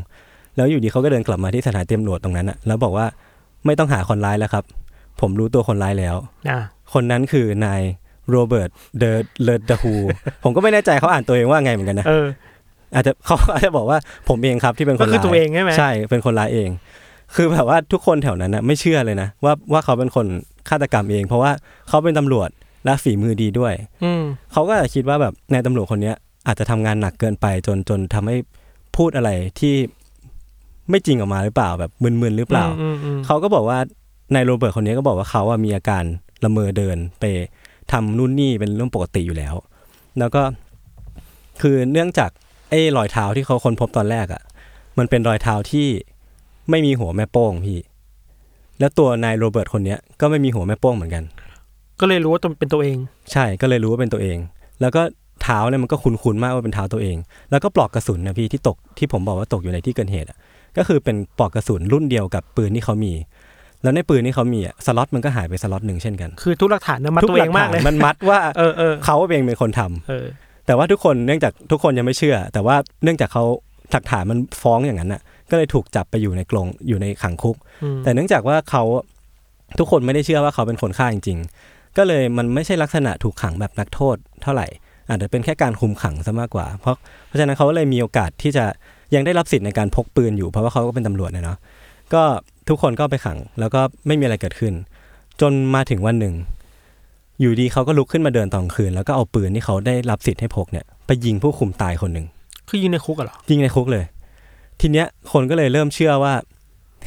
[SPEAKER 2] แล้วอยู่ดีเขาก็เดินกลับมาที่สถานเตรียมตำรวจตรงนั้นอะแล้วบอกว่าไม่ต้องหาคนร้ายแล้วครับ ผมรู้ตัวคนร้ายแล้ว
[SPEAKER 3] อ่ะ
[SPEAKER 2] คนนั้นคือนายโรเบิร์ตเดอเลดฮู ผมก็ไม่แน่ใจเขาอ่านตัวเองว่าไงเหมือนกันนะ
[SPEAKER 3] เออ
[SPEAKER 2] อาจจะ เขาอาจจะบอกว่าผมเองครับที่เป็นคน
[SPEAKER 3] ก็
[SPEAKER 2] ร้าย
[SPEAKER 3] คือตัวเองใช่ไหม
[SPEAKER 2] ใช่เป็นคนร้ายเอง คือแบบว่าทุกคนแถวนั้นนะไม่เชื่อเลยนะว่าว่าเขาเป็นคนฆาตกรรมเอง เพราะว่าเขาเป็นตำรวจและฝีมือดีด้วย
[SPEAKER 3] อืม
[SPEAKER 2] เขาก็คิดว่าแบบนายตำรวจคนเนี้ยอาจจะทำงานหนักเกินไปจนจนทำให้พูดอะไรที่ไม่จริงออกมาหรือเปล่าแบบมึนๆหรือเปล่า
[SPEAKER 3] อืมอืม
[SPEAKER 2] เขาก็บอกว่านายโรเบิร์ตคนนี้ก็บอกว่าเขาอะมีอาการละเมอเดินไปทำนู่นนี่เป็นเรื่องปกติอยู่แล้ว แล้วก็คือเนื่องจากไอ้รอยเท้าที่เขาค้นพบตอนแรกอะมันเป็นรอยเท้าที่ไม่มีหัวแม่โป้งพี่ แล้วตัวนายโรเบิร์ตคนเนี้ยก็ไม่มีหัวแม่โป้งเหมือนกัน
[SPEAKER 3] ก็เลยรู้ว่าตัวเป็นตัวเอง
[SPEAKER 2] ใช่ก็เลยรู้ว่าเป็นตัวเอง แล้วก็เท้าเนี่ยมันก็คุ้นๆมากว่าเป็นเท้าตัวเอง แล้วก็ปลอกกระสุนนะพี่ที่ตกที่ผมบอกว่าตกอยู่ในที่เกิดเหตุอะก็คือเป็นปลอกกระสุนรุ่นเดียวกับปืนที่เขามี แล้วในปืนที่เขามีอะสล็อตมันก็หายไปสล็อตหนึ่งเช่นกัน
[SPEAKER 3] คือทุกหลักฐานเนี่ยมัด
[SPEAKER 2] ทุก
[SPEAKER 3] ตัว
[SPEAKER 2] ห
[SPEAKER 3] เอ
[SPEAKER 2] ลัก
[SPEAKER 3] งมาก
[SPEAKER 2] ฐาน
[SPEAKER 3] เลย
[SPEAKER 2] มันมัดว่า
[SPEAKER 3] เออเออ
[SPEAKER 2] เขาเองเป็นคนทำ
[SPEAKER 3] เออ
[SPEAKER 2] แต่ว่าทุกคนเนื่องจากทุกคนยังไม่เชื่อ แต่ว่าเนื่องจากเขาหลักฐานมันฟ้องอย่างนั้นอ่ะ ก็เลยถูกจับไปอยู่ในกรงอยู่ในขังคุก
[SPEAKER 3] อืม
[SPEAKER 2] แต่เนื่องจากว่าเขาทุกคนไม่ได้เชื่อว่าเขาเป็นคนฆ่าจริง ๆ ก็เลยมันไม่ใช่ลักษณะถูกขังแบบนักโทษเท่าไหร่ อาจจะเป็นแค่การคุมขังซะมากกว่า เพราะเพราะฉะนั้นเขาก็เลยมีโอกาสที่จะยังได้รับสิทธิ์ในการพกปืนอยู่ เพราะว่าเขาก็เป็นตำรวจนะเนาะก็ทุกคนก็ไปขังแล้วก็ไม่มีอะไรเกิดขึ้น จนมาถึงวันหนึ่ง อยู่ดีเขาก็ลุกขึ้นมาเดินตอนกลางคืน แล้วก็เอาปืนที่เขาได้รับสิทธิ์ให้พกเนี่ยไปยิงผู้คุมตายคนหนึ่ง
[SPEAKER 3] คือยิงในคุกอะเหรอ
[SPEAKER 2] ยิงในคุกเลย ทีเนี้ยคนก็เลยเริ่มเชื่อว่า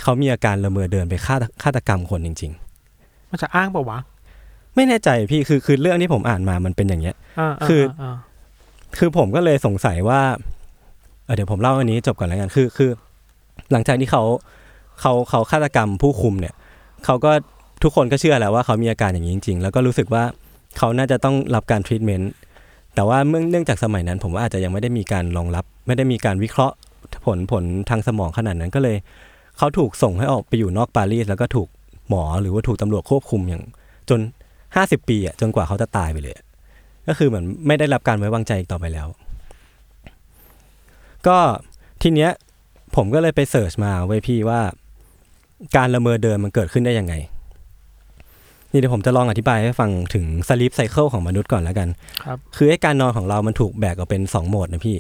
[SPEAKER 2] เขามีอาการละเมอเดินไปฆาตฆาตกรรมคนจริง
[SPEAKER 3] มันจะอ้างเปล่าวะ
[SPEAKER 2] ๆ ไม่แน่ใจพี่คือคือเรื่องที่ผมอ่านมามันเป็นอย่างเงี้ย
[SPEAKER 3] อ่าา
[SPEAKER 2] คือ
[SPEAKER 3] าา
[SPEAKER 2] คือผมก็เลยสงสัยว่าเอ่อเดี๋ยวผมเล่าอันนี้จบก่อนแล้วกันคือคือ หลังจากที่เขาเขาเขาฆาตกรรมผู้คุมเนี่ย เขาก็ทุกคนก็เชื่อแหล้วว่าเขามีอาการอย่างนี้จริง ๆ แล้วก็รู้สึกว่าเขาน่าจะต้องรับการทรีทเมนต์แต่ว่าเมื่อเนื่องจากสมัยนั้น ผมว่าอาจจะยังไม่ได้มีการรองรับ ไม่ได้มีการวิเคราะห์ผลผลทางสมองขนาดนั้นก็เลย เขาถูกส่งให้ออกไปอยู่นอกปารีสแล้วก็ถูกหมอหรือว่าถูกตำรวจควบคุมอย่าง จนห้าสิบปีอ่ะจนกว่าเขาจะตายไปเลยอะก็คือเหมือนไม่ได้รับการไว้วางใจอีกต่อไปแล้ว ก็ทีเนี้ยผมก็เลยไปเสิร์ชมาไว้ยพี่ว่า การละเมอเดินมันเกิดขึ้นได้ยังไง นี่เดี๋ยวผมจะลองอธิบายให้ฟังถึงสลิปไซเคิลของมนุษย์ก่อนแล้วกัน
[SPEAKER 3] ครับ
[SPEAKER 2] คือไอ้การนอนของเรามันถูกแบ่งออกเป็น 2 โหมดนะพี่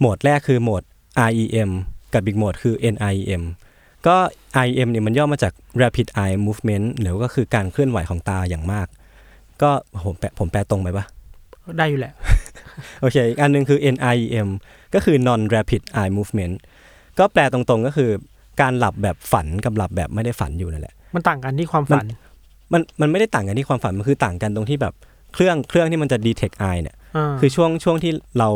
[SPEAKER 2] โหมดแรกคือโหมด REM กับอีกโหมดคือ NIEM ก็ REM เนี่ยมันย่อมาจาก Rapid Eye Movement หรือก็คือการเคลื่อนไหวของตาอย่างมาก ก็ผมแปลผมแปลตรงไปปะ
[SPEAKER 3] ได้อยู่แหละ
[SPEAKER 2] โอเค อีกอันหนึงคือ NIEM ก็คือ Non Rapid Eye Movement ก็แปลตรงๆก็คือการหลับแบบฝันกับหลับแบบไม่ได้ฝันอยู่นั่นแหละ
[SPEAKER 3] มันต่างกันที่ความฝัน
[SPEAKER 2] มันมันไม่ได้ต่างกันที่ความฝัน มันคือต่างกันตรงที่แบบเครื่องเครื่องที่มันจะ detect eye เนี่ย
[SPEAKER 3] อ่า
[SPEAKER 2] คือช่วงช่วงที่เรา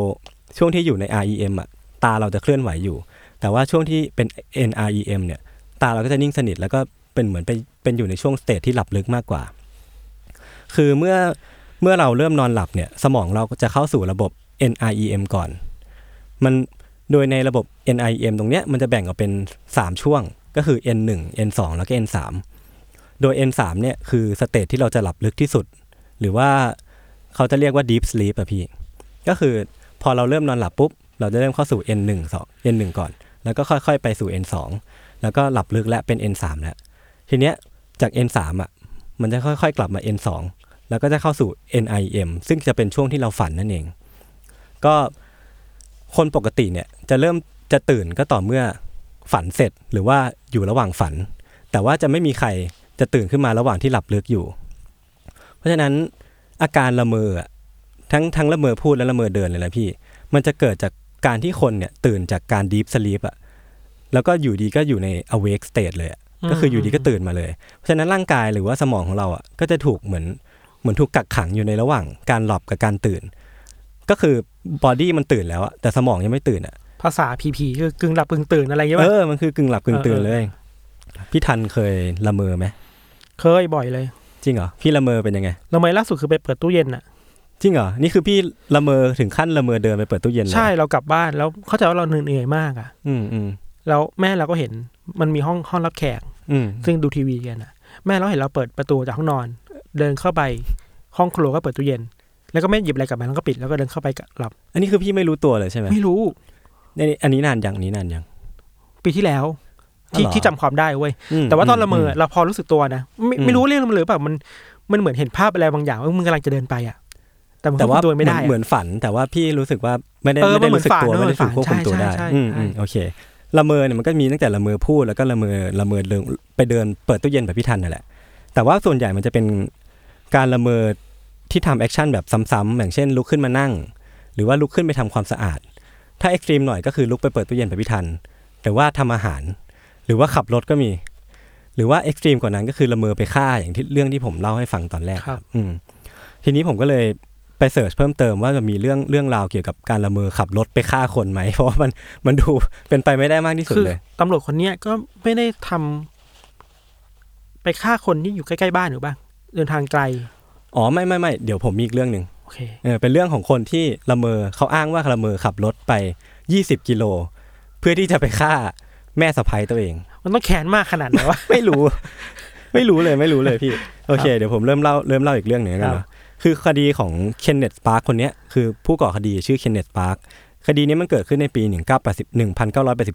[SPEAKER 2] ช่วงที่อยู่ใน REM อ่ะตาเราจะเคลื่อนไหวอยู่ แต่ว่าช่วงที่เป็น NREM เนี่ย ตาเราก็จะนิ่งสนิทแล้วก็เป็นเหมือนเป็นเป็นอยู่ในช่วงสเตทที่หลับลึกมากกว่า คือเมื่อเมื่อเราเริ่มนอนหลับเนี่ย สมองเราก็จะเข้าสู่ระบบ NREM ก่อน มันโดยในระบบ NREM ตรงเนี้ยมันจะแบ่งออกเป็น 3 ช่วงก็คือ N1 N2 แล้วก็ N3 โดย N3 เนี่ยคือสเตทที่เราจะหลับลึกที่สุด หรือว่าเขาจะเรียกว่า deep sleep อะพี่ ก็คือพอเราเริ่มนอนหลับปุ๊บ เราจะเริ่มเข้าสู่ N1 สอง N1 ก่อน แล้วก็ค่อยๆ ไปสู่ N2 แล้วก็หลับลึกและเป็น N3 แล้ว ทีเนี้ยจาก N3 อ่ะ มันจะค่อยๆ กลับมา N2 แล้วก็จะเข้าสู่ NIM ซึ่งจะเป็นช่วงที่เราฝันนั่นเอง ก็คนปกติเนี่ยจะเริ่มจะตื่นก็ต่อเมื่อฝันเสร็จหรือว่าอยู่ระหว่างฝัน แต่ว่าจะไม่มีใครจะตื่นขึ้นมาระหว่างที่หลับลึกอยู่ เพราะฉะนั้นอาการละเมออะทั้งทั้งละเมอพูดและละเมอเดินเลยนะพี่ มันจะเกิดจากการที่คนเนี่ยตื่นจากการ deep sleep อะแล้วก็อยู่ดีก็อยู่ใน awake state เลยอะ
[SPEAKER 3] อืม
[SPEAKER 2] ก็คืออยู่ดีก็ตื่นมาเลย เพราะฉะนั้นร่างกายหรือว่าสมองของเราอะก็จะถูกเหมือนเหมือนถูกกักขังอยู่ในระหว่างการหลับกับการตื่น ก็คือบอดี้มันตื่นแล้วอะแต่สมองยังไม่ตื่นอะ
[SPEAKER 3] ภาษาพีพีคือกึ่งหลับกึ่งตื่นอะไรอย่างเงี้ย
[SPEAKER 2] เอ
[SPEAKER 3] ป่ะ
[SPEAKER 2] อ มันคือกึ่งหลับกึ่งตื่น
[SPEAKER 3] เออ
[SPEAKER 2] เลย พี่ทันเคยละเมอไหม
[SPEAKER 3] เคยบ่อยเลย
[SPEAKER 2] จริงเหรอ พี่ละเมอเป็นยังไง
[SPEAKER 3] ละเมอล่าสุดคือไปเปิดตู้เย็นอ่ะ
[SPEAKER 2] จริงเหรอ นี่คือพี่ละเมอถึงขั้นละเมอเดินไปเปิดตู้เย็นเลย
[SPEAKER 3] ใช่เรากลับบ้านแล้วเข้าใจว่าเราเหนื่อยๆมากอ่ะ
[SPEAKER 2] อืมอืม
[SPEAKER 3] แล้วแม่เราก็เห็นมันมีห้องห้องรับแขก
[SPEAKER 2] อืม
[SPEAKER 3] ซึ่งดูทีวีกันอ่ะ แม่เราเห็นเราเปิดประตูจากห้องนอน เดินเข้าไปห้องครัวก็เปิดตู้เย็น แล้วก็ไม่หยิบอะไรกลับมาแล้วก็ปิดแล้วก็เดินเข้าไปกับหลับ
[SPEAKER 2] อันนี้คือพี่ไม่รู้ตัวเลยใช่ไหม
[SPEAKER 3] ไม่รู้
[SPEAKER 2] ในนี้อันนี้นานยังอันนี้นานยัง
[SPEAKER 3] ปีที่แล้ว
[SPEAKER 2] อ๋อ
[SPEAKER 3] ที่
[SPEAKER 2] เหรอ
[SPEAKER 3] ที่จำความได้เว้ย แต่ว่าตอนละเมอเราพอรู้สึกตัวนะ ไม่
[SPEAKER 2] อืม
[SPEAKER 3] ไม่รู้เรื่องมันหรือเปล่ามันมันเหมือนเห็นภาพอะไรบางอย่างว่ามึงกำลังจะเดินไปอ่ะ แต่มึง
[SPEAKER 2] แต่ว่า
[SPEAKER 3] ควบคุมตัวไม่ได้
[SPEAKER 2] เหมื
[SPEAKER 3] อะ
[SPEAKER 2] อนฝัน แต่ว่าพี่รู้สึกว่าไม่ได้
[SPEAKER 3] เออ
[SPEAKER 2] ไม่ได้รู้สึกตัว
[SPEAKER 3] มันเหมือนฝัน
[SPEAKER 2] ไม่ได้ถูกควบคุมตัวได้
[SPEAKER 3] ใช่ใช่ใช่
[SPEAKER 2] อืมอืม
[SPEAKER 3] ใช่
[SPEAKER 2] โอเคละเมอเนี่ยมันก็มีตั้งแต่ละเมอพูดแล้วก็ละเมอละเมอเดินไปเดินเปิดตู้เย็นแบบพี่ทันนั่นแหละ แต่ว่าส่วนใหญ่มันจะเป็นการละเมอที่ทำแอคชั่นแบบซ้ำๆอย่างเช่นลุกขึ้นมานั่ง หรือว่าลุกขึ้นไปทำความสะอาด ถ้าเอ็กซ์ตรีมหน่อยก็คือลุกไปเปิดตู้เย็นแบบพี่ทันหรือว่าทำอาหาร หรือว่าขับรถก็มี หรือว่าเอ็กซ์ตรีมกว่านั้นก็คือละเมอไปฆ่าอย่างที่เรื่องที่ผมเล่าให้ฟังตอนแรก
[SPEAKER 3] ครับ
[SPEAKER 2] อืมทีนี้ผมก็เลยไปเสิร์ชเพิ่มเติมว่าจะมีเรื่องเรื่องราวเกี่ยวกับการละเมอขับรถไปฆ่าคนไหม เพราะว่ามันมันดูเป็นไปไม่ได้มากที่สุด
[SPEAKER 3] คือ
[SPEAKER 2] เลย
[SPEAKER 3] ตำรวจคนเนี้ยก็ไม่ได้ทำไปฆ่าคนที่อยู่ใกล้ๆบ้านหรือบ้างเดินทางไกล
[SPEAKER 2] อ๋อไม่ไม่ไม่เดี๋ยวผมมีอีกเรื่องหนึ่ง
[SPEAKER 3] โอเค
[SPEAKER 2] เออเป็นเรื่องของคนที่ละเมอเขาอ้างว่าละเมอขับรถไป 20 กิโล เพื่อที่จะไปฆ่าแม่สะพ้ยตัวเอง
[SPEAKER 3] มันต้องแขนมากขนาดไหนวะ
[SPEAKER 2] ไม่รู้ ไม่รู้เลยไม่รู้เลยพี่ โอเค เดี๋ยวผมเริ่มเล่าเริ่มเล่าอีกเรื่องหนึ่งแล้วกัน
[SPEAKER 3] ครั
[SPEAKER 2] เนาะ
[SPEAKER 3] บ
[SPEAKER 2] คือคดีของเคนเนตสปาร์คคนเนี้ยคือผู้ก่อคดีชื่อเคนเนตสปาร์คคดีนี้มันเกิดขึ้นในปี 1980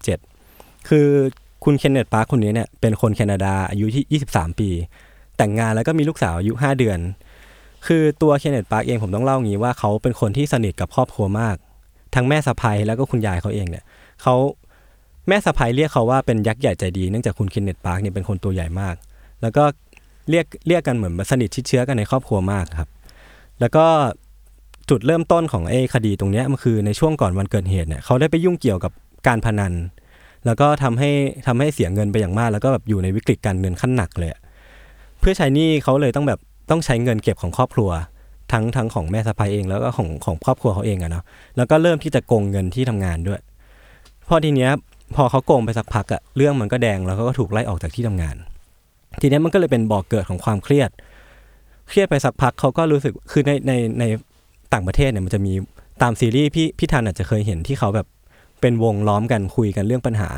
[SPEAKER 2] 1987 คือคุณเคนเนตสปาร์คคนนี้เนี่ยเป็นคนแคนาดาอายุที่ 23 ปี แต่งงานแล้วก็มีลูกสาวอายุ 5 เดือน คือตัวเคนเนตสปาร์คเองผมต้องเล่าอย่างนี้ว่าเขาเป็นคนที่สนิทกับครอบครัวมาก ทั้งแม่สะใภ้แล้วก็คุณยายเขาเองเนี่ยเขา แม่สะพ้ยเรียกเขาว่าเป็นยักษ์ใหญ่ใจดีเนื่องจากคุณเคนเนตปาร์กเนี่ยเป็นคนตัวใหญ่มาก แล้วก็เรียกเรียกกันเหมือนสนิทชิดเชื้อกันในครอบครัวมากครับ แล้วก็จุดเริ่มต้นของไอ้คดีตรงเนี้ยมันคือในช่วงก่อนวันเกิดเหตุเนี่ยเขาได้ไปยุ่งเกี่ยวกับการพนัน แล้วก็ทำให้ทำให้เสียเงินไปอย่างมาก แล้วก็แบบอยู่ในวิกฤตการเงินขั้นหนักเลยอะเพื่อใช้หนี้เขาเลยต้องแบบต้องใช้เงินเก็บของครอบครัว ทั้งทั้งของแม่สะพ้ยเองแล้วก็ของของครอบครัวเขาเองอะเนาะแล้วก็เริ่มที่จะโกงเงินที่ทำงานด้วย พอทีเนี้ย พอเขาโกงไปสักพักอะเรื่องมันก็แดงแล้วเขาก็ถูกไล่ออกจากที่ทำงาน ทีเนี้ยมันก็เลยเป็นบ่อกเกิดของความเครียด เครียดไปสักพักเขาก็รู้สึกคือในในในต่างประเทศเนี่ยมันจะมีตามซีรีส์พี่พี่ทันอาจจะเคยเห็นที่เขาแบบเป็นวงล้อมกันคุยกันเรื่องปัญหา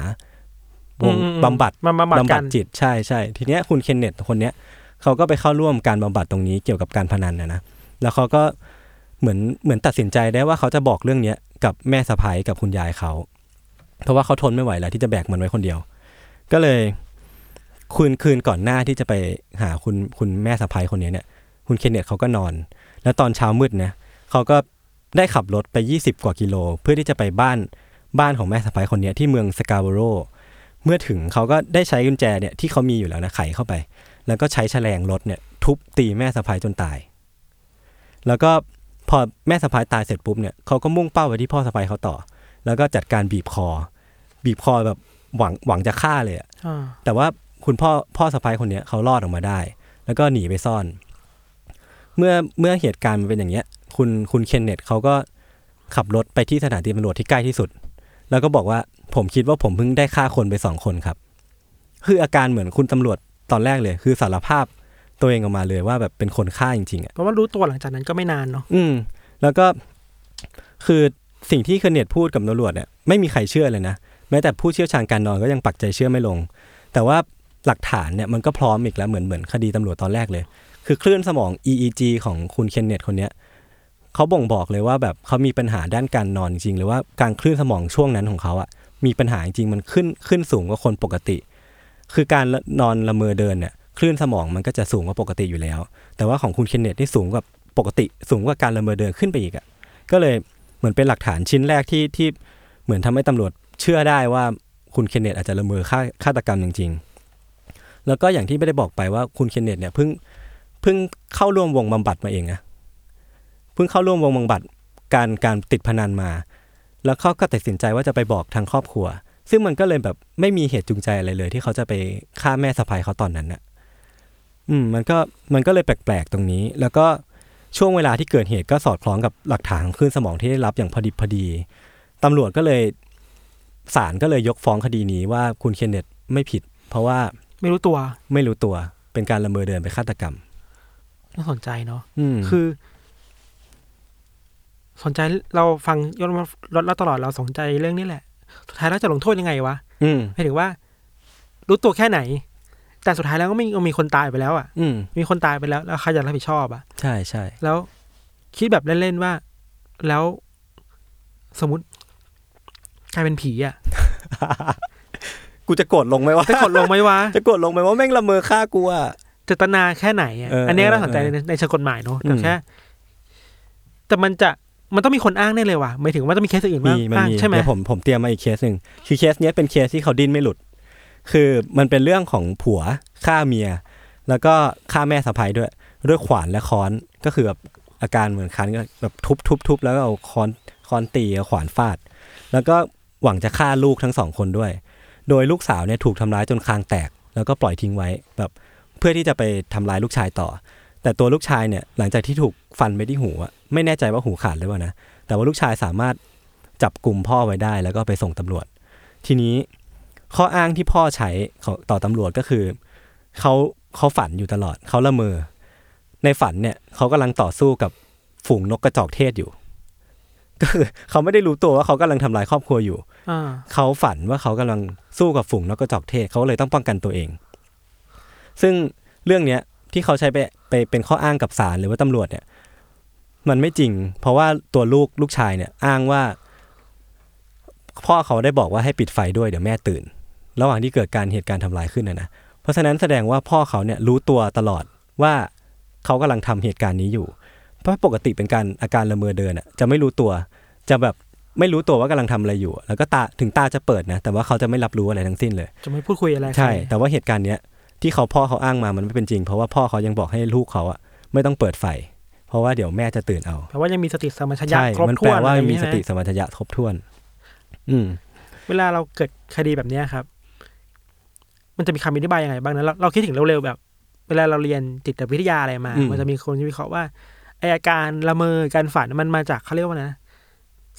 [SPEAKER 2] วง
[SPEAKER 3] อืมอืม
[SPEAKER 2] บำบัด
[SPEAKER 3] มาบำบัดกัน
[SPEAKER 2] จิตใช่ใช่ทีเนี้ยคุณเคนเนตคนเนี้ยเขาก็ไปเข้าร่วมการบำบัดตรงนี้เกี่ยวกับการพนันนะนะแล้วเขาก็เหมือนเหมือนตัดสินใจได้ว่าเขาจะบอกเรื่องเนี้ยกับแม่สะพ้ยกับคุณยายเขา เพราะว่าเขาทนไม่ไหวแล้วที่จะแบกมันไว้คนเดียว ก็เลยคืนคืนก่อนหน้าที่จะไปหาคุณคุณแม่สะพ้ยคนนี้เนี่ย คุณเคนเนตเขาก็นอน แล้วตอนเช้ามืดนะเขาก็ได้ขับรถไป 20 กว่ากิโล เพื่อที่จะไปบ้านบ้านของแม่สะพ้ยคนนี้ที่เมืองสกาโบโร เมื่อถึงเขาก็ได้ใช้กุญแจเนี่ยที่เขามีอยู่แล้วนะไขเข้าไป แล้วก็ใช้แฉลงรถเนี่ย ทุบตีแม่สะพ้ยจนตาย แล้วก็พอแม่สะพ้ยตายเสร็จปุ๊บเนี่ยเขาก็มุ่งเป้าไปที่พ่อสะพ้ยเขาต่อ แล้วก็จัดการบีบคอ บีบคอแบบหวังหวังจะฆ่าเลยอะ
[SPEAKER 3] อ่า
[SPEAKER 2] แต่ว่าคุณพ่อพ่อสะพ้ายคนเนี้ยเขารอดออกมาได้ แล้วก็หนีไปซ่อน เมื่อเมื่อเหตุการณ์มันเป็นอย่างเงี้ย คุณคุณเคนเนตเขาก็ขับรถไปที่สถานีตำรวจที่ใกล้ที่สุด แล้วก็บอกว่าผมคิดว่าผมเพิ่งได้ฆ่าคนไปสองคนครับ คืออาการเหมือนคุณตำรวจตอนแรกเลย คือสารภาพตัวเองออกมาเลยว่าแบบเป็นคนฆ่าจริงๆอะ
[SPEAKER 3] เพราะว่ารู้ตัวหลังจากนั้นก็ไม่นานเนาะ
[SPEAKER 2] อืมแล้วก็คือสิ่งที่เคนเนตพูดกับตำรวจเนี่ยไม่มีใครเชื่อเลยนะ แม้แต่ผู้เชี่ยวชาญการนอนก็ยังปักใจเชื่อไม่ลง แต่ว่าหลักฐานเนี่ยมันก็พร้อมอีกแล้วเหมือนเหมือนคดีตำรวจตอนแรกเลย คือคลื่นสมอง EEG ของคุณเคนเนตคนเนี้ยเขาบ่งบอกเลยว่าแบบเขามีปัญหาด้านการนอนจริงๆหรือว่าการคลื่นสมองช่วงนั้นของเขาอะมีปัญหาจริงๆมันขึ้นขึ้นสูงกว่าคนปกติ คือการนอนละเมอเดินเนี่ยค คลื่นสมองมันก็จะสูงกว่าปกติอยู่แล้ว แต่ว่าของคุณเคนเนตนี่สูงกว่าปกติสูงกว่าการละเมอเดินขึ้นไปอีกอะ่ะก็เลยเหมือนเป็นหลักฐานชิ้นแรกที่ที่เหมือนทำให้ตำรวจเชื่อได้ว่าคุณเคนเนตอาจจะละเมอฆ่าฆาตกรรมจริง ๆ แล้วก็อย่างที่ไม่ได้บอกไปว่าคุณเคนเนตเนี่ยเพิ่งเพิ่งเข้าร่วมวงบำบัดมาเองนะเพิ่งเข้าร่วมวงบำบัดการการติดพนันมา แล้วเขาก็ตัดสินใจว่าจะไปบอกทางครอบครัว ซึ่งมันก็เลยแบบไม่มีเหตุจูงใจอะไรเลย ที่เขาจะไปฆ่าแม่สะพ้ายเขาตอนนั้นน่ะ อืม มันก็มันก็เลยแปลกๆตรงนี้ แล้วก็ช่วงเวลาที่เกิดเหตุก็สอดคล้องกับหลักฐานของคลื่นสมองที่ได้รับอย่างพอดิบพอดีตำรวจก็เลยศาลก็เลยยกฟ้องคดีนี้ว่าคุณเคนเนตไม่ผิด เพราะว่า
[SPEAKER 3] ไม่รู้ตัว
[SPEAKER 2] ไม่รู้ตัวเป็นการละเมอเดินไปฆาตกรรม
[SPEAKER 3] น่าสนใจเนาะ
[SPEAKER 2] อืม
[SPEAKER 3] คือ สนใจเราฟังยศรถเราตลอดเราสนใจเรื่องนี้แหละ สุดท้ายแล้วจะลงโทษยังไงวะ
[SPEAKER 2] อืม
[SPEAKER 3] หมายถึงว่า รู้ตัวแค่ไหน แต่สุดท้ายแล้วก็มีมีคนตายไปแล้วอ่ะ
[SPEAKER 2] อืม
[SPEAKER 3] มีคนตายไปแล้ว แล้วใครจะรับผิดชอบอ่ะ
[SPEAKER 2] ใช่ใช่
[SPEAKER 3] แล้วคิดแบบเล่น ๆ ว่า แล้วสมมติกลายเป็นผีอ่ะ
[SPEAKER 2] กูจะโกรธลงไหมวะ
[SPEAKER 3] จะกดลงไหมวะ
[SPEAKER 2] จะโกรธลงไหมว่าแม่งละเมอฆ่ากูอ่ะ
[SPEAKER 3] เจตนาแค่ไหนอะ
[SPEAKER 2] เอออั
[SPEAKER 3] อันนี้ก็น่าสนใจ
[SPEAKER 2] เออ
[SPEAKER 3] ในในเชิงกฎหมายเนอะแต่
[SPEAKER 2] อืม
[SPEAKER 3] แค่ แต่มันจะมันต้องมีคนอ้างได้เลยว่ะหมายถึงว่าต้องมีเคสอื่น
[SPEAKER 2] มี
[SPEAKER 3] บ้าง
[SPEAKER 2] มัน
[SPEAKER 3] อ้าง
[SPEAKER 2] มี
[SPEAKER 3] ใช่ไหม
[SPEAKER 2] เดี๋ยวผมผมเตรียมมาอีกเคสหนึ่งคือเคสเนี้ยเป็นเคสที่เขาดิ้นไม่หลุด คือมันเป็นเรื่องของผัวฆ่าเมีย แล้วก็ฆ่าแม่สะพ้ายด้วย ด้วยขวานและค้อนก็คือแบบอาการเหมือนคันก็แบบทุบทุบทุบแล้วก็เอาค้อนค้อนตีเอาขวานฟาด แล้วก็หวังจะฆ่าลูกทั้งสองคนด้วย โดยลูกสาวเนี่ยถูกทำร้ายจนคางแตก แล้วก็ปล่อยทิ้งไว้แบบเพื่อที่จะไปทำร้ายลูกชายต่อ แต่ตัวลูกชายเนี่ยหลังจากที่ถูกฟันไปที่หูอะไม่แน่ใจว่าหูขาดหรือเปล่านะแต่ว่าลูกชายสามารถ จับกลุ่มพ่อไว้ได้แล้วก็ไปส่งตำรวจ ทีนี้ข้ออ้างที่พ่อใช้ของต่อตำรวจก็คือเขาเขาฝันอยู่ตลอดเขาละเมอ ในฝันเนี่ยเขากำลังต่อสู้กับฝูงนกกระจอกเทศอยู่ ก็คือเขาไม่ได้รู้ตัวว่าเขากำลังทำลายครอบครัวอยู่
[SPEAKER 3] อ่า
[SPEAKER 2] เขาฝันว่าเขากำลังสู้กับฝูงนกกระจอกเทศเขาเลยต้องป้องกันตัวเอง ซึ่งเรื่องเนี้ยที่เขาใช้ไปไปเป็นข้ออ้างกับศาลหรือว่าตำรวจเนี่ย มันไม่จริง เพราะว่าตัวลูกลูกชายเนี่ย อ้างว่า พ่อเขาได้บอกว่าให้ปิดไฟด้วยเดี๋ยวแม่ตื่น ระหว่างที่เกิดการเหตุการณ์ทำลายขึ้นนะนะเพราะฉะนั้นแสดงว่าพ่อเขาเนี่ยรู้ตัวตลอดว่าเขากำลังทำเหตุการณ์นี้อยู่ เพราะปกติเป็นการอาการละเมอเดินอะจะไม่รู้ตัว จะแบบไม่รู้ตัวว่ากำลังทำอะไรอยู่ แล้วก็ตาถึงตาจะเปิดนะ แต่ว่าเขาจะไม่รับรู้อะไรทั้งสิ้นเลย
[SPEAKER 3] จะไม่พูดคุยอะไรกับ
[SPEAKER 2] ใช่
[SPEAKER 3] คร
[SPEAKER 2] แต่ว่าเหตุการณ์เนี้ยที่เขาพ่อเขาอ้างมามันไม่เป็นจริง เพราะว่าพ่อเขายังบอกให้ลูกเขาอะไม่ต้องเปิดไฟ เพราะว่าเดี๋ยวแม่จะตื่นเอา
[SPEAKER 3] แปลว่ายังมีสติสัมปชัญญะ
[SPEAKER 2] ใช่
[SPEAKER 3] ครบ
[SPEAKER 2] มัน
[SPEAKER 3] ถ้
[SPEAKER 2] แปล
[SPEAKER 3] วน
[SPEAKER 2] ว่า
[SPEAKER 3] อะไรอย่าง
[SPEAKER 2] มี
[SPEAKER 3] งี้
[SPEAKER 2] ส
[SPEAKER 3] ใช่ไหม
[SPEAKER 2] ติสมปชัญญะครบถ้วน อืม
[SPEAKER 3] เวลาเราเกิดคดีแบบเนี้ยครับ มันจะมีคำอธิบายยังไงบ้างนะเราเราคิดถึงเร็วๆแบบ เวลาเราเรียนจิตวิทยาอะไรมา
[SPEAKER 2] อืม
[SPEAKER 3] มันจะมีคนที่วิเคราะห์ว่าไออาการละเมอการฝันมันมาจากเขาเรียกว่านะ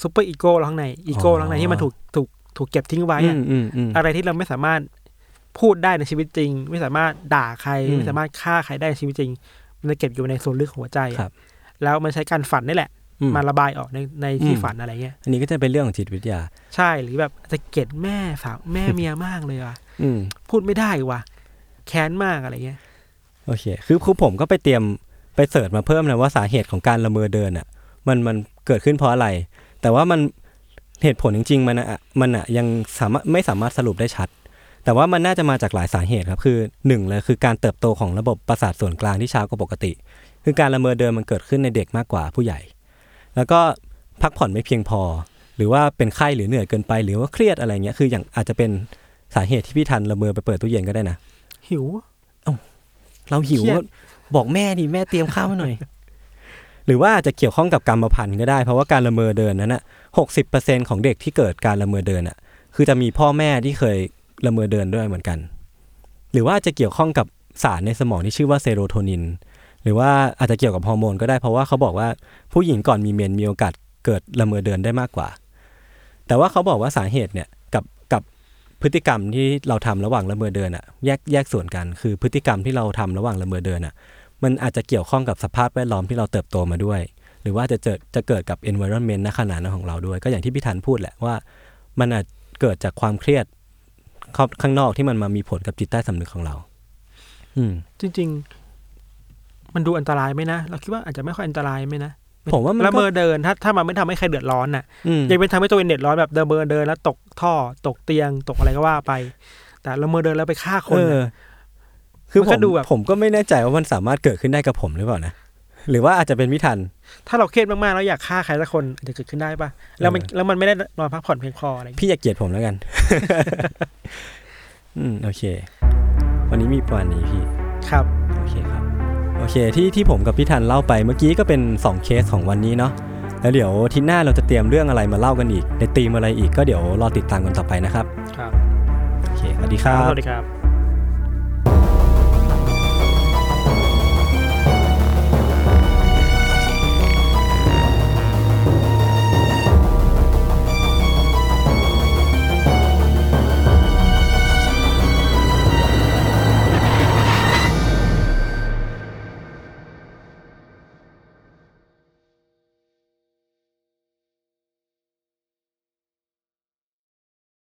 [SPEAKER 3] ซูเปอร์อีโก้ข้างในอีโก้ข้างในที่มันถูกถูกถูกเก็บทิ้งไว้
[SPEAKER 2] อื
[SPEAKER 3] อะ
[SPEAKER 2] มอืมอืม
[SPEAKER 3] อะไรที่เราไม่สามารถพูดได้ในชีวิตจริง ไม่สามารถด่าใคร
[SPEAKER 2] อืม
[SPEAKER 3] ไม่สามารถฆ่าใครได้ในชีวิตจริง มันจะเก็บอยู่ในส่วนลึกของหัวใจอะ
[SPEAKER 2] ครับ
[SPEAKER 3] แล้วมันใช้การฝันนี่แหละ
[SPEAKER 2] อืม
[SPEAKER 3] มาระบายออกในในที่
[SPEAKER 2] อืม
[SPEAKER 3] ฝันอะไรเงี้ย
[SPEAKER 2] อันนี้ก็จะเป็นเรื่องของจิตวิทยา
[SPEAKER 3] ใช่หรือแบบอาจจะเกลียดแม่สาวแม่เมียมากเลยว่ะ
[SPEAKER 2] อืม
[SPEAKER 3] พูดไม่ได้ว่ะแค้นมากอะไรเงี้ย
[SPEAKER 2] โอเค คือคือผมก็ไปเตรียมไปเสิร์ชมาเพิ่มนะว่าสาเหตุของการละเมอเดินอ่ะ มันมันเกิดขึ้นเพราะอะไร แต่ว่ามันเหตุผลจริงๆ มันอะมันอะยังสามารถไม่สามารถสรุปได้ชัด แต่ว่ามันน่าจะมาจากหลายสาเหตุครับ คือหนึ่งเลยคือการเติบโตของระบบประสาทส่วนกลางที่ช้ากว่าปกติ คือการละเมอเดินมันเกิดขึ้นในเด็กมากกว่าผู้ใหญ่ แล้วก็พักผ่อนไม่เพียงพอ หรือว่าเป็นไข้หรือเหนื่อยเกินไป หรือว่าเครียดอะไรเงี้ย คืออย่างอาจจะเป็นสาเหตุที่พี่ทันละเมอไปเปิดตู้เย็นก็ได้นะ
[SPEAKER 3] หิว
[SPEAKER 2] เราหิว
[SPEAKER 3] เครียด
[SPEAKER 2] ก็บอกแม่ดิแม่เตรียมข้าวมาหน่อย หรือว่าอาจจะเกี่ยวข้องกับกรรมพันธุ์ก็ได้เพราะว่าการละเมอเดินนั้นน่ะหกสิบเปอร์เซ็นของเด็กที่เกิดการละเมอเดินอ่ะ คือจะมีพ่อแม่ที่เคยละเมอเดินด้วยเหมือนกัน หรือว่าจะเกี่ยวข้องกับสารในสมองที่ชื่อว่าเซโรโทนิน หรือว่าอาจจะเกี่ยวกับฮอร์โมนก็ได้เพราะว่าเขาบอกว่าผู้หญิงก่อนมีเมนมีโอกาสเกิดละเมอเดินได้มากกว่า แต่ว่าเขาบอกว่าสาเหตุเนี่ยกับกับพฤติกรรมที่เราทำระหว่างละเมอเดินอะแยกแยกส่วนกันคือพฤติกรรมที่เราทำระหว่างละเมอเดินอะมันอาจจะเกี่ยวข้องกับสภาพแวดล้อมที่เราเติบโตมาด้วย หรือว่าจะเจอจะเกิดกับ environment ณขณะนั้นของเราด้วย ก็อย่างที่พี่ธันพูดแหละว่า มันอาจเกิดจากความเครียดข้างข้างนอกที่มันมามีผลกับจิตใต้สำนึกของเรา อืม
[SPEAKER 3] จริง ๆ มันดูอันตรายไหมนะเราคิดว่าอาจจะไม่ค่อยอันตรายไหมนะ
[SPEAKER 2] ผมว่ามันก็
[SPEAKER 3] ละเมอเดินถ้าถ้ามันไม่ทำให้ใครเดือดร้อนน่ะ
[SPEAKER 2] อืม
[SPEAKER 3] ยังเป็นทำให้ตัวเองเดือดร้อนแบบเดินเบอร์เดินแล้วตกท่อ ตกเตียง ตกอะไรก็ว่าไป แต่ละเมอเดินแล้วไปฆ่าคน
[SPEAKER 2] เออ
[SPEAKER 3] น่ะ
[SPEAKER 2] คือ
[SPEAKER 3] มัน
[SPEAKER 2] ผ
[SPEAKER 3] ก็
[SPEAKER 2] ม
[SPEAKER 3] ดูแบบ
[SPEAKER 2] ผมก็ไม่แน่ใจว่ามันสามารถเกิดขึ้นได้กับผมหรือเปล่านะ หรือว่าอาจจะเป็นมิทัน
[SPEAKER 3] ถ้าเราเครียดมากๆแล้วอยากฆ่าใครสักคนอาจจะเกิดขึ้นได้ปะแล้วมัน
[SPEAKER 2] เออ
[SPEAKER 3] แล้วมันไม่ได้นอนพักผ่อนเพียงพออะไรอย่างเงี้ย
[SPEAKER 2] พี่อย่าเกลียดผมแล้วกัน อืมโอเค วันนี้มีประมาณนี้พี่
[SPEAKER 3] ครับ
[SPEAKER 2] โอเคครับ โอเคที่ที่ผมกับพี่ทันเล่าไปเมื่อกี้ก็เป็น 2 เคสของวันนี้เนาะแล้วเดี๋ยวอาที่หน้าเราจะเตรียมเรื่องอะไรมาเล่ากันอีก ในธีมอะไรอีกก็เดี๋ยวรอติดตามกันต่อไปนะครับ
[SPEAKER 3] ครับ
[SPEAKER 2] โอเคสวัสดีครับ
[SPEAKER 3] สวัสดีครับ